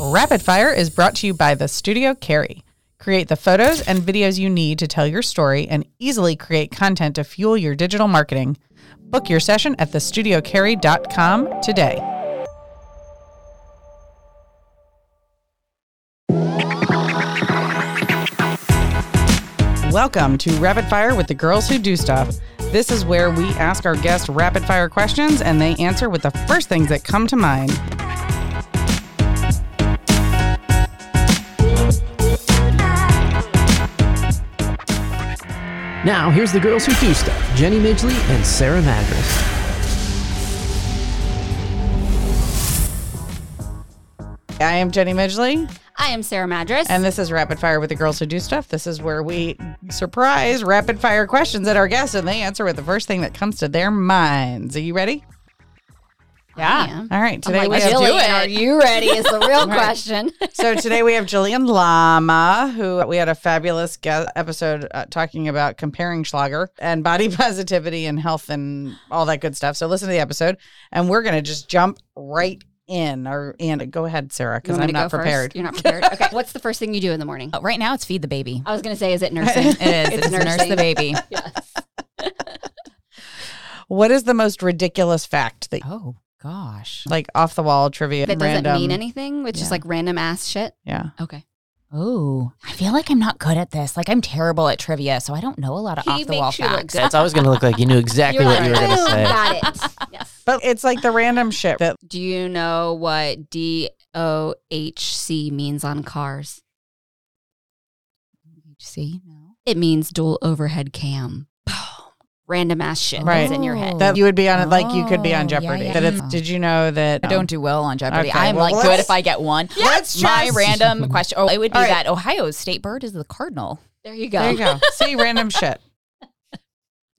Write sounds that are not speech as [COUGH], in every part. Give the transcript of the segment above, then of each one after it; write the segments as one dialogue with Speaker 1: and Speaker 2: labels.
Speaker 1: Rapid Fire is brought to you by the Studio Carry. Create the photos and videos you need to tell your story and easily create content to fuel your digital marketing. Book your session at thestudiocarry.com today. Welcome to Rapid Fire with the Girls Who Do Stuff. This is where we ask our guests rapid fire questions and they answer with the first things that come to mind.
Speaker 2: Now, here's the girls who do stuff Jenny Midgley and Sarah Madras.
Speaker 1: I am Jenny Midgley,
Speaker 3: I am Sarah Madras.
Speaker 1: and this is Rapid Fire with the Girls Who Do Stuff. This is where we surprise rapid fire questions at our guests and they answer with the first thing that comes to their minds. Are you ready?
Speaker 3: yeah. I am.
Speaker 1: All right. Today
Speaker 3: Mm-hmm. I'm
Speaker 1: we
Speaker 3: like,
Speaker 1: have
Speaker 3: Jillian, are you ready? Is the
Speaker 1: [LAUGHS]
Speaker 3: real question.
Speaker 1: So today we have Jillian Lama, who we had a fabulous guest episode uh, talking about comparing Schlager and body [LAUGHS] positivity and health and all that good stuff. So listen to the episode, and we're gonna just jump right in. Or and go ahead, Sarah,
Speaker 3: You
Speaker 1: because
Speaker 3: want me
Speaker 1: I'm
Speaker 3: to
Speaker 1: not
Speaker 3: go first?
Speaker 1: prepared. Oh.
Speaker 3: You're not prepared. Okay.
Speaker 1: [LAUGHS]
Speaker 3: What's the first thing you do in the morning?
Speaker 4: Uh, Right now, it's feed the baby.
Speaker 3: I was going to say, is it nursing?
Speaker 4: It is. It's, nurse the baby.
Speaker 3: [LAUGHS] Yes.
Speaker 1: What is the most ridiculous fact that,
Speaker 4: Oh gosh.
Speaker 1: like, off the wall trivia?
Speaker 3: That doesn't
Speaker 1: random,
Speaker 3: mean anything. It's just
Speaker 1: Yeah.
Speaker 3: like random ass shit.
Speaker 1: Yeah.
Speaker 3: Okay.
Speaker 4: Oh, I feel like I'm not good at this. Like I'm terrible at trivia, so I don't know a lot of
Speaker 3: He
Speaker 4: off the wall
Speaker 3: makes you look
Speaker 4: facts.
Speaker 3: good.
Speaker 2: That's always going to look like you knew exactly what you were going to
Speaker 3: "Boom,
Speaker 2: say.
Speaker 3: got
Speaker 1: [LAUGHS]
Speaker 3: it. Yes.
Speaker 1: But it's like the random shit that
Speaker 3: Do you know what D O H C means on cars?
Speaker 4: See, no.
Speaker 3: It means dual overhead cam. Boom. Random ass shit
Speaker 1: Right.
Speaker 3: that's in your head.
Speaker 1: that you would be on it, like you could be
Speaker 4: Oh,
Speaker 1: on
Speaker 4: yeah,
Speaker 1: Jeopardy.
Speaker 4: yeah.
Speaker 1: That it's.
Speaker 4: Mm.
Speaker 1: Did you know that?
Speaker 4: I [LAUGHS] don't do well on Jeopardy.
Speaker 1: Okay,
Speaker 4: I'm
Speaker 1: well,
Speaker 4: like
Speaker 1: let's-
Speaker 4: good if I get one.
Speaker 1: Let's
Speaker 4: My
Speaker 1: just-
Speaker 4: random question. Oh, it would be
Speaker 1: All right.
Speaker 4: that Ohio's state bird is the cardinal.
Speaker 3: there
Speaker 1: [LAUGHS]
Speaker 3: you
Speaker 1: There
Speaker 3: go.
Speaker 1: you go.
Speaker 4: [LAUGHS]
Speaker 1: See, random shit.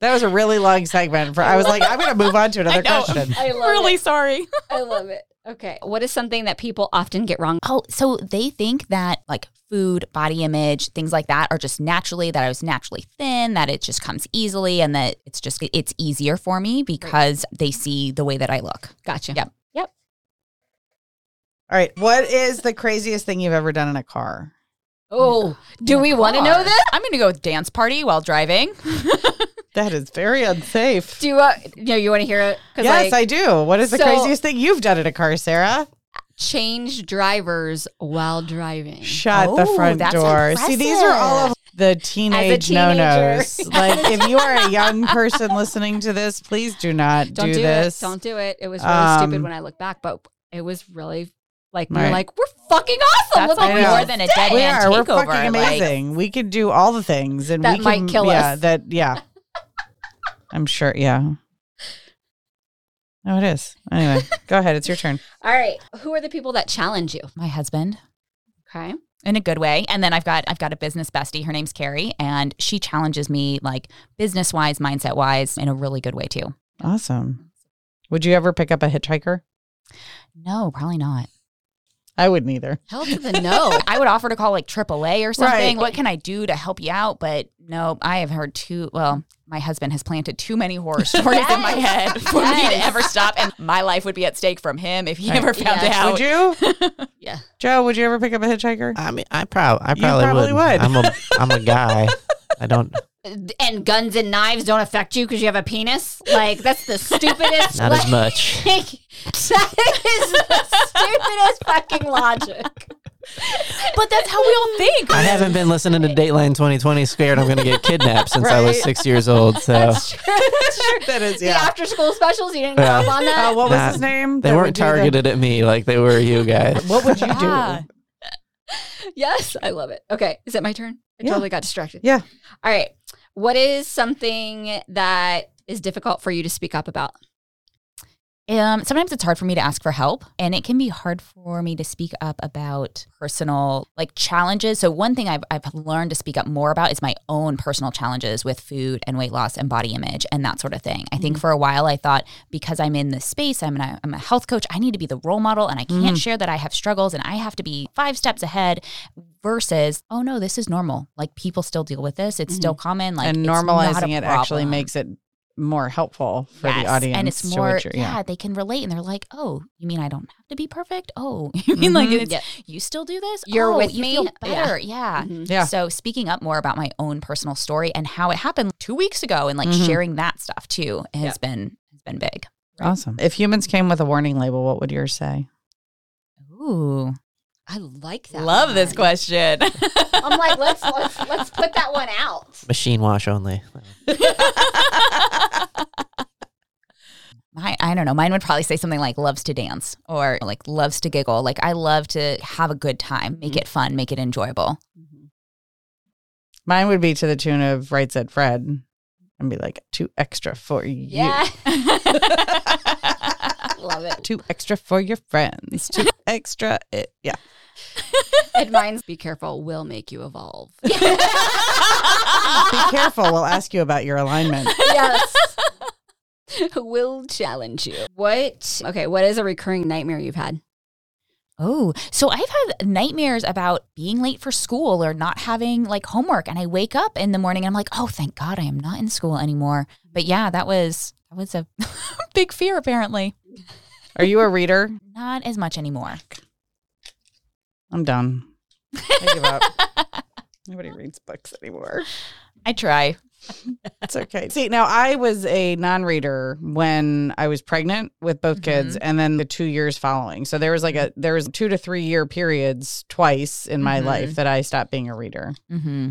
Speaker 1: That was a really long segment. For I was like, I'm going to move on
Speaker 4: [LAUGHS]
Speaker 1: to another
Speaker 4: know.
Speaker 1: question.
Speaker 3: I love
Speaker 4: Really
Speaker 3: it.
Speaker 4: sorry.
Speaker 3: I love it. Okay. What is something that people often get wrong?
Speaker 4: Oh, so they think that like food, body image, things like that are just naturally that I was naturally thin, that it just comes easily, and that it's just it's easier for me because they see the way that I look.
Speaker 3: Gotcha.
Speaker 4: Yep.
Speaker 3: Yep.
Speaker 1: All right, what is the craziest thing you've ever done in a car?
Speaker 3: Oh, do we want to
Speaker 4: Car.
Speaker 3: know this?
Speaker 4: I'm going to go with dance party while driving.
Speaker 1: That is very unsafe.
Speaker 3: Do you, uh, you know you want to hear it? Because
Speaker 1: Yes,
Speaker 3: I
Speaker 1: I do. What is the
Speaker 3: So-
Speaker 1: craziest thing you've done in a car, Sarah?
Speaker 3: change drivers while driving.
Speaker 1: Shut the
Speaker 4: Oh,
Speaker 1: front
Speaker 4: that's
Speaker 1: door. See, these are all of the teenage no nos.
Speaker 3: [LAUGHS] teenager.
Speaker 1: like, if you are a young person listening to this, please do not
Speaker 3: Don't
Speaker 1: do,
Speaker 3: do,
Speaker 1: this.
Speaker 3: it. Don't do it. It was really
Speaker 1: Um,
Speaker 3: stupid when I look back, but it was really like we
Speaker 1: Right.
Speaker 3: were like we're fucking awesome.
Speaker 4: That's
Speaker 3: Look what
Speaker 4: like
Speaker 1: I
Speaker 3: we
Speaker 1: know.
Speaker 4: more
Speaker 3: did.
Speaker 4: than a dead
Speaker 1: we
Speaker 4: man
Speaker 1: are. We're
Speaker 4: takeover.
Speaker 1: fucking
Speaker 4: like-
Speaker 1: amazing. we can do all the things, and
Speaker 3: That
Speaker 1: we
Speaker 3: might
Speaker 1: can,
Speaker 3: kill
Speaker 1: yeah,
Speaker 3: us.
Speaker 1: That yeah. I'm sure. Yeah. Oh, it is. Anyway, go ahead. It's your turn.
Speaker 3: All right. Who are the people that challenge you?
Speaker 4: my husband
Speaker 3: Okay.
Speaker 4: in a good way, and then I've got I've got a business bestie. Her name's Carrie, and she challenges me like business wise, mindset wise, in a really good way too.
Speaker 1: Awesome. Would you ever pick up a hitchhiker?
Speaker 4: No, probably not.
Speaker 1: I wouldn't either.
Speaker 3: Hell to the no.
Speaker 4: I would offer to call like AAA or something.
Speaker 1: Right.
Speaker 4: What can I do to help you out? But no, I have heard too. Well, my husband has planted too many horror stories in my
Speaker 3: Yes.
Speaker 4: head for me to
Speaker 3: Yes.
Speaker 4: ever stop, and my life would be at stake from him if he
Speaker 1: Right.
Speaker 4: ever found
Speaker 3: Yes.
Speaker 4: out.
Speaker 1: Would you,
Speaker 3: [LAUGHS] yeah.
Speaker 1: Joe? Would you ever pick up a hitchhiker?
Speaker 2: I mean, I, prob- I
Speaker 1: You
Speaker 2: probably,
Speaker 1: probably would.
Speaker 2: would. I'm a, I'm a guy. I don't,
Speaker 3: [LAUGHS] And guns and knives don't affect you because you have a penis. Like that's the stupidest.
Speaker 2: [LAUGHS] not as much.
Speaker 3: [LAUGHS] that is the stupidest fucking logic.
Speaker 4: But that's how Oh, we
Speaker 3: [LAUGHS]
Speaker 4: all think.
Speaker 2: I haven't been listening to Dateline 2020 scared I'm going to get kidnapped since I was
Speaker 1: Right.
Speaker 2: six years old. So
Speaker 3: That's true. That's true.
Speaker 1: That
Speaker 3: [LAUGHS]
Speaker 1: is
Speaker 3: The after school specials, you didn't grow up on that? [LAUGHS]
Speaker 1: Uh, what was
Speaker 2: Nah,
Speaker 1: his name?
Speaker 2: they
Speaker 1: that
Speaker 2: weren't
Speaker 1: would do the-
Speaker 2: targeted at me like they were you guys.
Speaker 1: What would you
Speaker 4: Yeah.
Speaker 1: do?
Speaker 3: yes, I love it. Okay, is it my turn? I
Speaker 1: Yeah.
Speaker 3: totally got distracted.
Speaker 1: Yeah.
Speaker 3: All right. What is something that is difficult for you to speak up about?
Speaker 4: Um, sometimes it's hard for me to ask for help, and it can be hard for me to speak up about personal like challenges. So one thing I've I've learned to speak up more about is my own personal challenges with food and weight loss and body image and that sort of thing. I
Speaker 1: Mm-hmm.
Speaker 4: think for a while I thought because I'm in this space, I'm an, I'm a health coach, I need to be the role model, and I
Speaker 1: Mm-hmm.
Speaker 4: can't share that I have struggles, and I have to be five steps ahead. Versus, oh no, this is normal. Like people still deal with this. It's still common. Like
Speaker 1: Mm-hmm. and
Speaker 4: it's not a
Speaker 1: normalizing it actually
Speaker 4: problem.
Speaker 1: makes it more helpful for
Speaker 4: Yes.
Speaker 1: the audience.
Speaker 4: And it's
Speaker 1: to
Speaker 4: more,
Speaker 1: what you're-
Speaker 4: yeah. they can relate and they're like, oh, you mean I don't have to be perfect? Oh, [LAUGHS] you mean like, it's, you still do this?
Speaker 3: You're
Speaker 4: Oh,
Speaker 3: with
Speaker 4: you
Speaker 3: me?
Speaker 4: Feel
Speaker 3: Yeah.
Speaker 4: better. Yeah. Mm-hmm.
Speaker 3: Mhm.
Speaker 1: Yeah.
Speaker 4: So speaking up more about my own personal story and how it happened two weeks ago and like
Speaker 1: Mhm.
Speaker 4: sharing that stuff too has
Speaker 3: Yeah.
Speaker 4: been has been big.
Speaker 1: Awesome. If humans came with a warning label, what would yours say?
Speaker 4: Ooh.
Speaker 3: I like that.
Speaker 4: Love this
Speaker 3: one.
Speaker 4: [LAUGHS] question.
Speaker 3: I'm like, let's let's let's put that one out.
Speaker 5: Machine wash only.
Speaker 4: My, I don't know. Mine would probably say something like loves to dance or like loves to giggle. Like I love to have a good time, make it fun, make it enjoyable.
Speaker 1: Mine would be to the tune of Right Said Fred and be like, two extra for you.
Speaker 3: Yeah.
Speaker 4: [LAUGHS]
Speaker 3: Love [LAUGHS] it.
Speaker 1: Two extra for your friends. Two
Speaker 4: [LAUGHS]
Speaker 1: extra. It, yeah.
Speaker 3: And mine's be careful will make you evolve.
Speaker 1: Be careful. We'll ask you about your alignment.
Speaker 3: [LAUGHS] yes. [LAUGHS] will challenge you. What? Okay, what is a recurring nightmare you've had?
Speaker 4: Oh, so I've had nightmares about being late for school or not having like homework. And I wake up in the morning and I'm like, oh, thank God I am not in school anymore. But yeah, that was, that was a [LAUGHS] big fear apparently.
Speaker 1: Are you a reader?
Speaker 4: Not as much anymore.
Speaker 1: I'm done. I give up.
Speaker 4: [LAUGHS]
Speaker 1: Nobody reads books anymore.
Speaker 4: I try.
Speaker 1: It's okay. See, now I was a non reader when I was pregnant with both
Speaker 4: Mm-hmm.
Speaker 1: kids and then the two years following. So there was like a, there was two to three year periods twice in my
Speaker 4: Mhm.
Speaker 1: life that I stopped being a reader.
Speaker 4: Mm-hmm.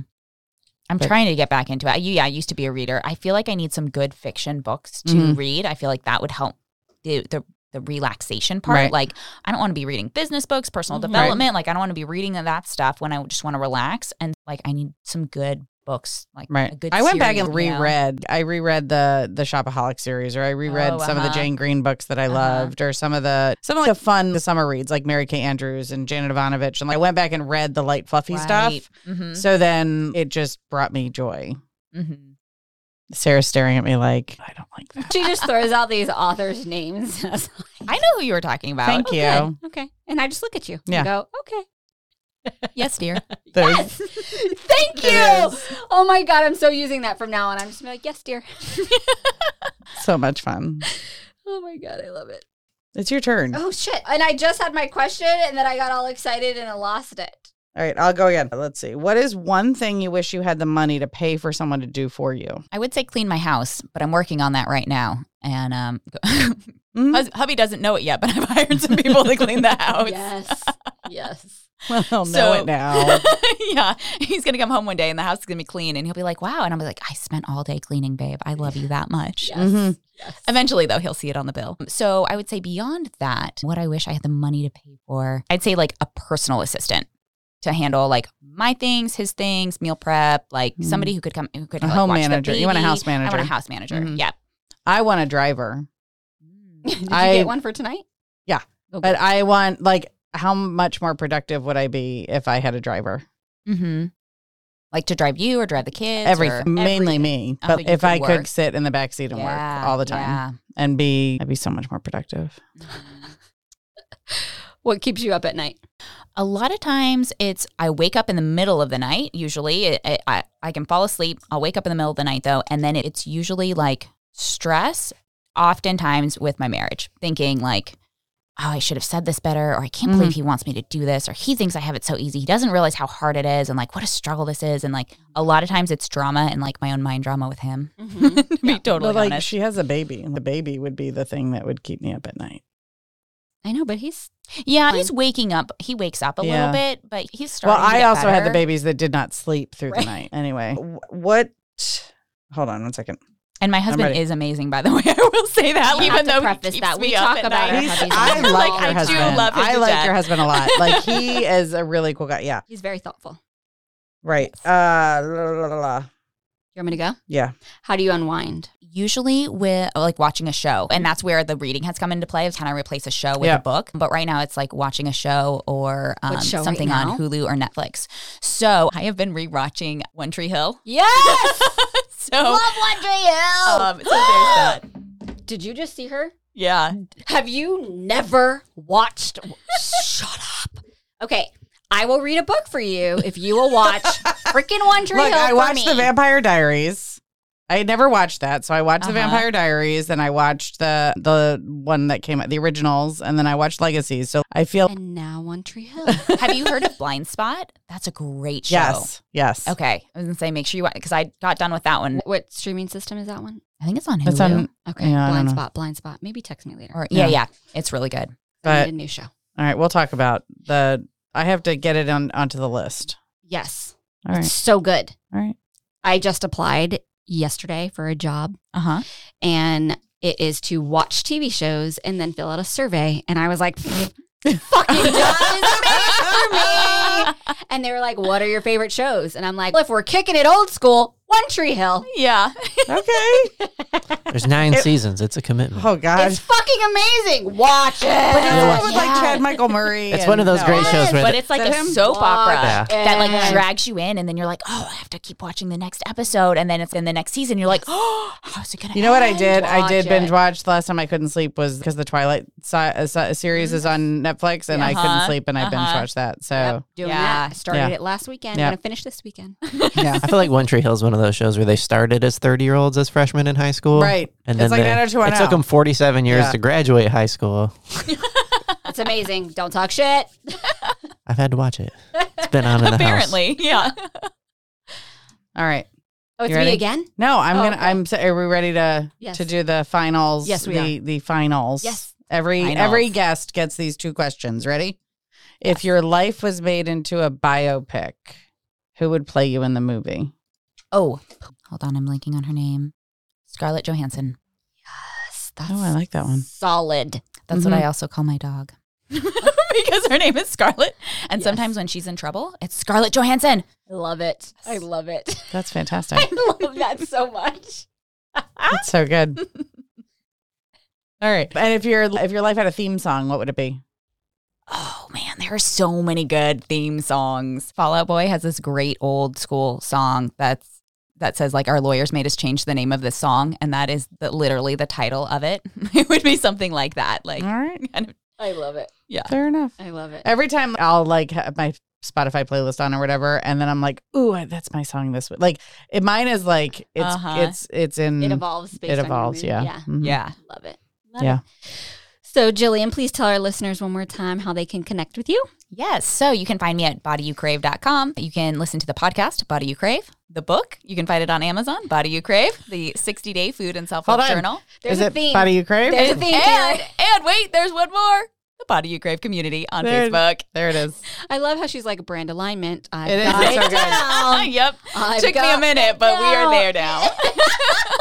Speaker 4: I'm
Speaker 1: But-
Speaker 4: trying to get back into it. I, yeah, I used to be a reader. I feel like I need some good fiction books to
Speaker 1: Mhm.
Speaker 4: read. I feel like that would help the the, the relaxation part.
Speaker 1: Right. Mm-hmm.
Speaker 4: Like I don't want to be reading business books, personal
Speaker 3: Mhm. Right.
Speaker 4: development. Like I don't want to be reading that stuff when I just want to relax. And like I need some good books. Like
Speaker 1: Right.
Speaker 4: a good.
Speaker 1: I went back and
Speaker 4: series, you know?
Speaker 1: reread. I reread the the Shopaholic series, or I reread
Speaker 4: Oh,
Speaker 1: some of the
Speaker 4: uh-huh.
Speaker 1: Jane Green books that I
Speaker 4: Uh-huh.
Speaker 1: loved, or some of the some of like the fun the summer reads, like Mary Kay Andrews and Janet Ivanovich, and like I went back and read the light fluffy
Speaker 4: Right.
Speaker 1: stuff.
Speaker 4: Mhm.
Speaker 1: So then it just brought me joy.
Speaker 4: Mhm.
Speaker 1: Sarah's staring at me like I don't like that.
Speaker 3: She just throws out these authors' names. [LAUGHS] I was like,
Speaker 4: I know who you were talking about. Oh,
Speaker 1: Thank
Speaker 3: "Good,
Speaker 1: you.
Speaker 3: Okay. And I just look at you
Speaker 1: Yeah.
Speaker 3: and go, okay.
Speaker 4: Yes, dear.
Speaker 1: There's-
Speaker 3: Yes. [LAUGHS] Thank
Speaker 1: It
Speaker 3: you. Oh my God. I'm so using that from now on. I'm just gonna be like, yes, dear. [LAUGHS]
Speaker 1: So much fun.
Speaker 3: Oh my God. I love it.
Speaker 1: It's your turn.
Speaker 3: Oh shit. And I just had my question and then I got all excited and I lost it.
Speaker 1: All right, I'll go again. Let's see. What is one thing you wish you had the money to pay for someone to do for you? [LAUGHS]
Speaker 4: I would say clean my house, but I'm working on that right now. And um, [LAUGHS]
Speaker 1: Hmm?
Speaker 4: Hus- hubby doesn't know it yet, but [LAUGHS] I've hired some people to
Speaker 1: [LAUGHS]
Speaker 4: clean the house.
Speaker 3: Yes. yes.
Speaker 1: Well, they'll know
Speaker 4: So-
Speaker 1: it now.
Speaker 4: [LAUGHS] yeah, he's gonna come home one day and the house is gonna be clean, and he'll be like, "Wow!" And I'm like, "I spent all day cleaning, babe. I love you that much."
Speaker 3: Yes.
Speaker 1: Mhm.
Speaker 3: yes.
Speaker 4: Eventually, though, he'll see it on the bill. So I would say beyond that, what I wish I had the money to pay for, I'd say like a personal assistant to handle like my things, his things, meal prep, like
Speaker 1: Mm.
Speaker 4: somebody who could come, who could
Speaker 1: A [LAUGHS]
Speaker 4: like,
Speaker 1: home
Speaker 4: watch the
Speaker 1: manager. You want a
Speaker 4: baby.
Speaker 1: house
Speaker 4: I want
Speaker 1: manager.
Speaker 4: a house manager.
Speaker 1: Mhm.
Speaker 4: Yeah.
Speaker 1: I want a driver.
Speaker 3: [LAUGHS] Did you
Speaker 1: I-
Speaker 3: get one for tonight?
Speaker 1: Yeah.
Speaker 3: Okay.
Speaker 1: But I want like how much more productive would I be if I had a driver?
Speaker 4: Mm-hmm. Like to drive you or drive the kids. or-
Speaker 1: Everything, mainly me.
Speaker 4: Oh,
Speaker 1: But
Speaker 4: you
Speaker 1: if
Speaker 4: could
Speaker 1: I
Speaker 4: work.
Speaker 1: could sit in the back seat and
Speaker 4: Yeah,
Speaker 1: work all the time and be, I'd be so much more productive.
Speaker 4: yeah.
Speaker 1: Mm-hmm.
Speaker 3: what keeps you up at night?
Speaker 4: A lot of times it's I wake up in the middle of the night. Usually it, I- I, I can fall asleep. I'll wake up in the middle of the night though. And then it's usually like stress, oftentimes with my marriage, thinking like, oh, I should have said this better, or I can't
Speaker 1: Mm-hmm.
Speaker 4: believe he wants me to do this, or he thinks I have it so easy. He doesn't realize how hard it is and like what a struggle this is. And like a lot of times it's drama and like my own mind drama with him. [LAUGHS]
Speaker 3: Mm-hmm.
Speaker 4: to be totally
Speaker 1: but like
Speaker 4: honest.
Speaker 1: she has a baby, and the baby would be the thing that would keep me up at night.
Speaker 3: I know, but he's
Speaker 4: yeah,
Speaker 3: fine.
Speaker 4: he's waking up. He wakes up a
Speaker 1: Yeah.
Speaker 4: little bit, but he's
Speaker 1: Well,
Speaker 4: starting. to
Speaker 1: I
Speaker 4: get
Speaker 1: also had the
Speaker 4: better.
Speaker 1: babies that did not sleep through the
Speaker 4: Right.
Speaker 1: night.
Speaker 4: [LAUGHS]
Speaker 1: Anyway, wh- what? Hold on one second.
Speaker 4: And my husband
Speaker 1: ready.
Speaker 4: is amazing, by the [LAUGHS] way. I will say that,
Speaker 3: We
Speaker 4: even
Speaker 3: have to
Speaker 4: though he
Speaker 3: preface
Speaker 4: keeps
Speaker 3: that. We
Speaker 4: me up
Speaker 3: talk
Speaker 4: at
Speaker 3: about
Speaker 4: night.
Speaker 3: our
Speaker 1: He's,
Speaker 3: hubby's
Speaker 1: I
Speaker 3: amazing.
Speaker 1: like
Speaker 3: Like,
Speaker 1: your
Speaker 3: I do
Speaker 1: husband.
Speaker 4: love him
Speaker 1: I
Speaker 4: to
Speaker 1: like
Speaker 4: death.
Speaker 1: your husband a lot. Like he [LAUGHS] is a really cool guy. Yeah.
Speaker 3: he's very thoughtful.
Speaker 1: Right. Uh, la, la, la, la.
Speaker 3: You want me to go?
Speaker 1: Yeah.
Speaker 3: How do you unwind?
Speaker 4: Usually, with uh, like watching a show, and that's where the reading has come into play. Is can I replace a show with
Speaker 1: Yeah.
Speaker 4: a book? But right now, it's like watching a show or
Speaker 3: What
Speaker 4: um,
Speaker 3: show right
Speaker 4: something
Speaker 3: now?
Speaker 4: on Hulu or Netflix. So I have been rewatching One Tree Hill.
Speaker 3: Yes,
Speaker 4: So, [LAUGHS]
Speaker 3: Wondry
Speaker 4: um,
Speaker 3: [GASPS]
Speaker 4: so there's that.
Speaker 3: Did you just see her?
Speaker 4: Yeah.
Speaker 3: Have you never watched? [LAUGHS] Shut up. Okay, I will read
Speaker 1: [LAUGHS]
Speaker 3: a book for you if you will watch freaking One Tree
Speaker 1: Look,
Speaker 3: Hill
Speaker 1: I
Speaker 3: oh for
Speaker 1: watched
Speaker 3: me.
Speaker 1: The Vampire Diaries. I had never watched that, so I watched the
Speaker 4: Uh-huh.
Speaker 1: Vampire Diaries, then I watched the the one that came out, the originals, and then I watched Legacies. So I feel
Speaker 3: And now on
Speaker 1: [LAUGHS]
Speaker 3: Tree Hill.
Speaker 4: Have you heard of Blind Spot? That's a great show.
Speaker 1: yes, yes.
Speaker 4: Okay. I was gonna say make sure you watch because I got done with that one.
Speaker 3: what streaming system is that one?
Speaker 4: I think it's on Hulu.
Speaker 1: That's on.
Speaker 3: Okay.
Speaker 1: Yeah, I don't
Speaker 3: blind
Speaker 1: know.
Speaker 3: spot, blind spot. Maybe text me later.
Speaker 4: or yeah,
Speaker 1: Yeah.
Speaker 4: yeah, It's really good.
Speaker 3: I
Speaker 1: But
Speaker 3: need a new show.
Speaker 1: all right, we'll talk about the. I have to get it on onto the list.
Speaker 3: Yes.
Speaker 1: All right,
Speaker 3: So good.
Speaker 1: all right.
Speaker 3: I just applied yesterday for a job
Speaker 4: Uh huh.
Speaker 3: and it is to watch TV shows and then fill out a survey. And I was like, [LAUGHS]
Speaker 1: [LAUGHS]
Speaker 3: fucking job is made for me. And they were like, what are your favorite shows? And I'm like, well, if we're kicking it old school, One Tree Hill.
Speaker 4: Yeah.
Speaker 1: Okay.
Speaker 5: There's nine
Speaker 1: It-
Speaker 5: seasons. It's a commitment.
Speaker 1: Oh God.
Speaker 3: It's fucking amazing. Watch it.
Speaker 1: But it's the one with like
Speaker 4: Yeah.
Speaker 1: Chad Michael Murray.
Speaker 5: It's
Speaker 1: and-
Speaker 5: one of those
Speaker 1: no.
Speaker 5: great shows where
Speaker 4: but
Speaker 5: the-
Speaker 4: it's like
Speaker 1: Is
Speaker 4: a
Speaker 1: that him?
Speaker 4: soap opera
Speaker 5: Yeah.
Speaker 4: that like
Speaker 3: Yeah.
Speaker 4: drags you in, and then you're like, oh, I have to keep watching the next episode, and then it's in the next season. You're like, oh, how's it gonna?
Speaker 1: You know what I
Speaker 4: end?"
Speaker 1: did? I did
Speaker 3: watch
Speaker 1: binge
Speaker 3: it.
Speaker 1: watch the last time I couldn't sleep was because the Twilight si- uh, si- series is
Speaker 3: Mm-hmm.
Speaker 1: on Netflix and I couldn't
Speaker 4: Uh-huh,
Speaker 1: sleep and I binge
Speaker 4: uh-huh.
Speaker 1: watched that. So
Speaker 3: Yep, doing
Speaker 4: Yeah.
Speaker 3: that. Started
Speaker 1: Yeah.
Speaker 3: it last weekend.
Speaker 1: Yeah.
Speaker 3: Gonna finish this weekend.
Speaker 1: [LAUGHS] yeah,
Speaker 5: I feel like One Tree Hill is one of those shows where they started as 30 year olds as freshmen in high school.
Speaker 1: right.
Speaker 5: And
Speaker 1: it's
Speaker 5: then
Speaker 1: like
Speaker 5: they-
Speaker 1: that or
Speaker 5: it took them 47 years
Speaker 1: Yeah.
Speaker 5: to graduate high school.
Speaker 3: It's amazing. Don't talk shit.
Speaker 5: I've had to watch it. It's been on in
Speaker 1: [LAUGHS]
Speaker 5: the house.
Speaker 4: [LAUGHS] Apparently, yeah.
Speaker 1: All right.
Speaker 3: Oh, it's
Speaker 1: You ready?
Speaker 3: me again?
Speaker 1: No, I'm
Speaker 3: Oh,
Speaker 1: gonna.
Speaker 3: okay.
Speaker 1: I'm. s- Are we ready to
Speaker 3: Yes.
Speaker 1: to do the finals?
Speaker 3: Yes, we
Speaker 1: the, The finals.
Speaker 3: Yes.
Speaker 1: Every
Speaker 4: Finals.
Speaker 1: every guest gets these two questions. Ready? If your life was made into a biopic, who would play you in the movie?
Speaker 4: Oh, hold on, I'm blanking on her name. Scarlett Johansson.
Speaker 3: Yes, that's
Speaker 1: Oh, I like that one.
Speaker 3: solid.
Speaker 4: That's
Speaker 1: Mhm.
Speaker 4: what I also call my dog. Mm-hmm. [LAUGHS] because her name is Scarlett. And
Speaker 3: Yes.
Speaker 4: sometimes when she's in trouble, it's Scarlett Johansson.
Speaker 3: I love it. I love it. [LAUGHS]
Speaker 1: That's
Speaker 3: I
Speaker 1: fantastic.
Speaker 3: love that so much.
Speaker 1: That's so
Speaker 3: [LAUGHS]
Speaker 1: good. All right. And if your if your life had a theme song, what would it be?
Speaker 4: Oh man, there are so many good theme songs. Fallout Boy has this great old school song that's that says like our lawyers made us change the name of this song, and that is the, literally the title of it. [LAUGHS] it would be something like that. Like
Speaker 1: All
Speaker 3: Mm-hmm.
Speaker 1: right.
Speaker 3: I love it.
Speaker 1: Fair enough.
Speaker 3: I love it.
Speaker 1: Every time I'll like have my Spotify playlist on or whatever, and then I'm like, "Ooh, I- that's my song this week." Like, it, mine is like it's
Speaker 4: Uh-huh.
Speaker 1: it's it's in
Speaker 3: It evolves based
Speaker 1: Mm, it
Speaker 3: on your
Speaker 1: evolves,
Speaker 3: mood.
Speaker 1: yeah,
Speaker 3: Yeah.
Speaker 1: Mhm.
Speaker 4: yeah.
Speaker 3: Love it. Love
Speaker 1: Yeah.
Speaker 3: It. So, Jillian, please tell our listeners one more time how they can connect with you.
Speaker 4: Yes. So you can find me at bodyyoucrave.com. You can listen to the podcast, Body You Crave, the book. You can find it on Amazon, Body You Crave, the 60 day food and self
Speaker 1: Hold
Speaker 4: love
Speaker 1: on.
Speaker 4: journal.
Speaker 3: There's
Speaker 1: Is
Speaker 3: a
Speaker 1: it
Speaker 3: theme.
Speaker 1: Body You Crave?
Speaker 3: There's a theme,
Speaker 4: And,
Speaker 3: Karen.
Speaker 4: and wait, there's one more the Body You Crave community on
Speaker 1: There-
Speaker 4: Facebook.
Speaker 1: There it is.
Speaker 3: I love how she's like brand alignment. I've
Speaker 1: It is.
Speaker 3: got
Speaker 1: It's so
Speaker 3: it
Speaker 1: good. [LAUGHS]
Speaker 4: [LAUGHS]
Speaker 3: down.
Speaker 4: yep.
Speaker 3: I've
Speaker 4: Took me a
Speaker 3: got
Speaker 4: minute,
Speaker 3: it
Speaker 4: but we are
Speaker 3: down.
Speaker 4: there now.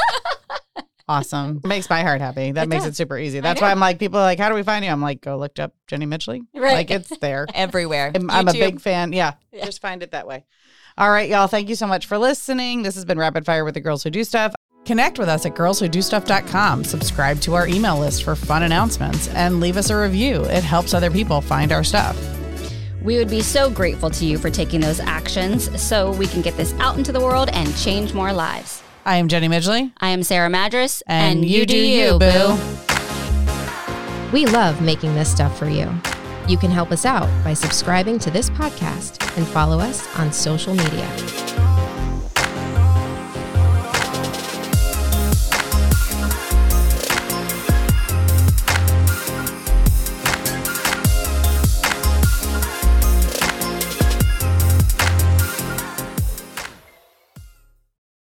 Speaker 3: [LAUGHS]
Speaker 1: Awesome. Makes my heart happy. That
Speaker 4: It
Speaker 1: makes
Speaker 4: does.
Speaker 1: it super easy.
Speaker 4: I
Speaker 1: That's
Speaker 4: know.
Speaker 1: why I'm like, people are like, how do we find you? I'm like, go look up Jenny Mitchell.
Speaker 3: Right.
Speaker 1: Like, it's
Speaker 3: [LAUGHS]
Speaker 1: there.
Speaker 4: [LAUGHS] Everywhere.
Speaker 1: I'm, I'm a
Speaker 4: YouTube.
Speaker 1: big fan. Yeah,
Speaker 3: Yeah.
Speaker 1: Just find it that way. All right, y'all. Thank you so much for listening. This has been Rapid Fire with the Girls Who Do Stuff. Connect with us at girlswhodostuff.com. Subscribe to our email list for fun announcements and leave us a review. It helps other people find our stuff.
Speaker 3: We would be so grateful to you for taking those actions so we can get this out into the world and change more lives.
Speaker 1: I am Jenny Midgley.
Speaker 3: I am Sarah Madras,
Speaker 1: And, you, do, you, boo.
Speaker 6: We love making this stuff for you. You can help us out by subscribing to this podcast and follow us on social media.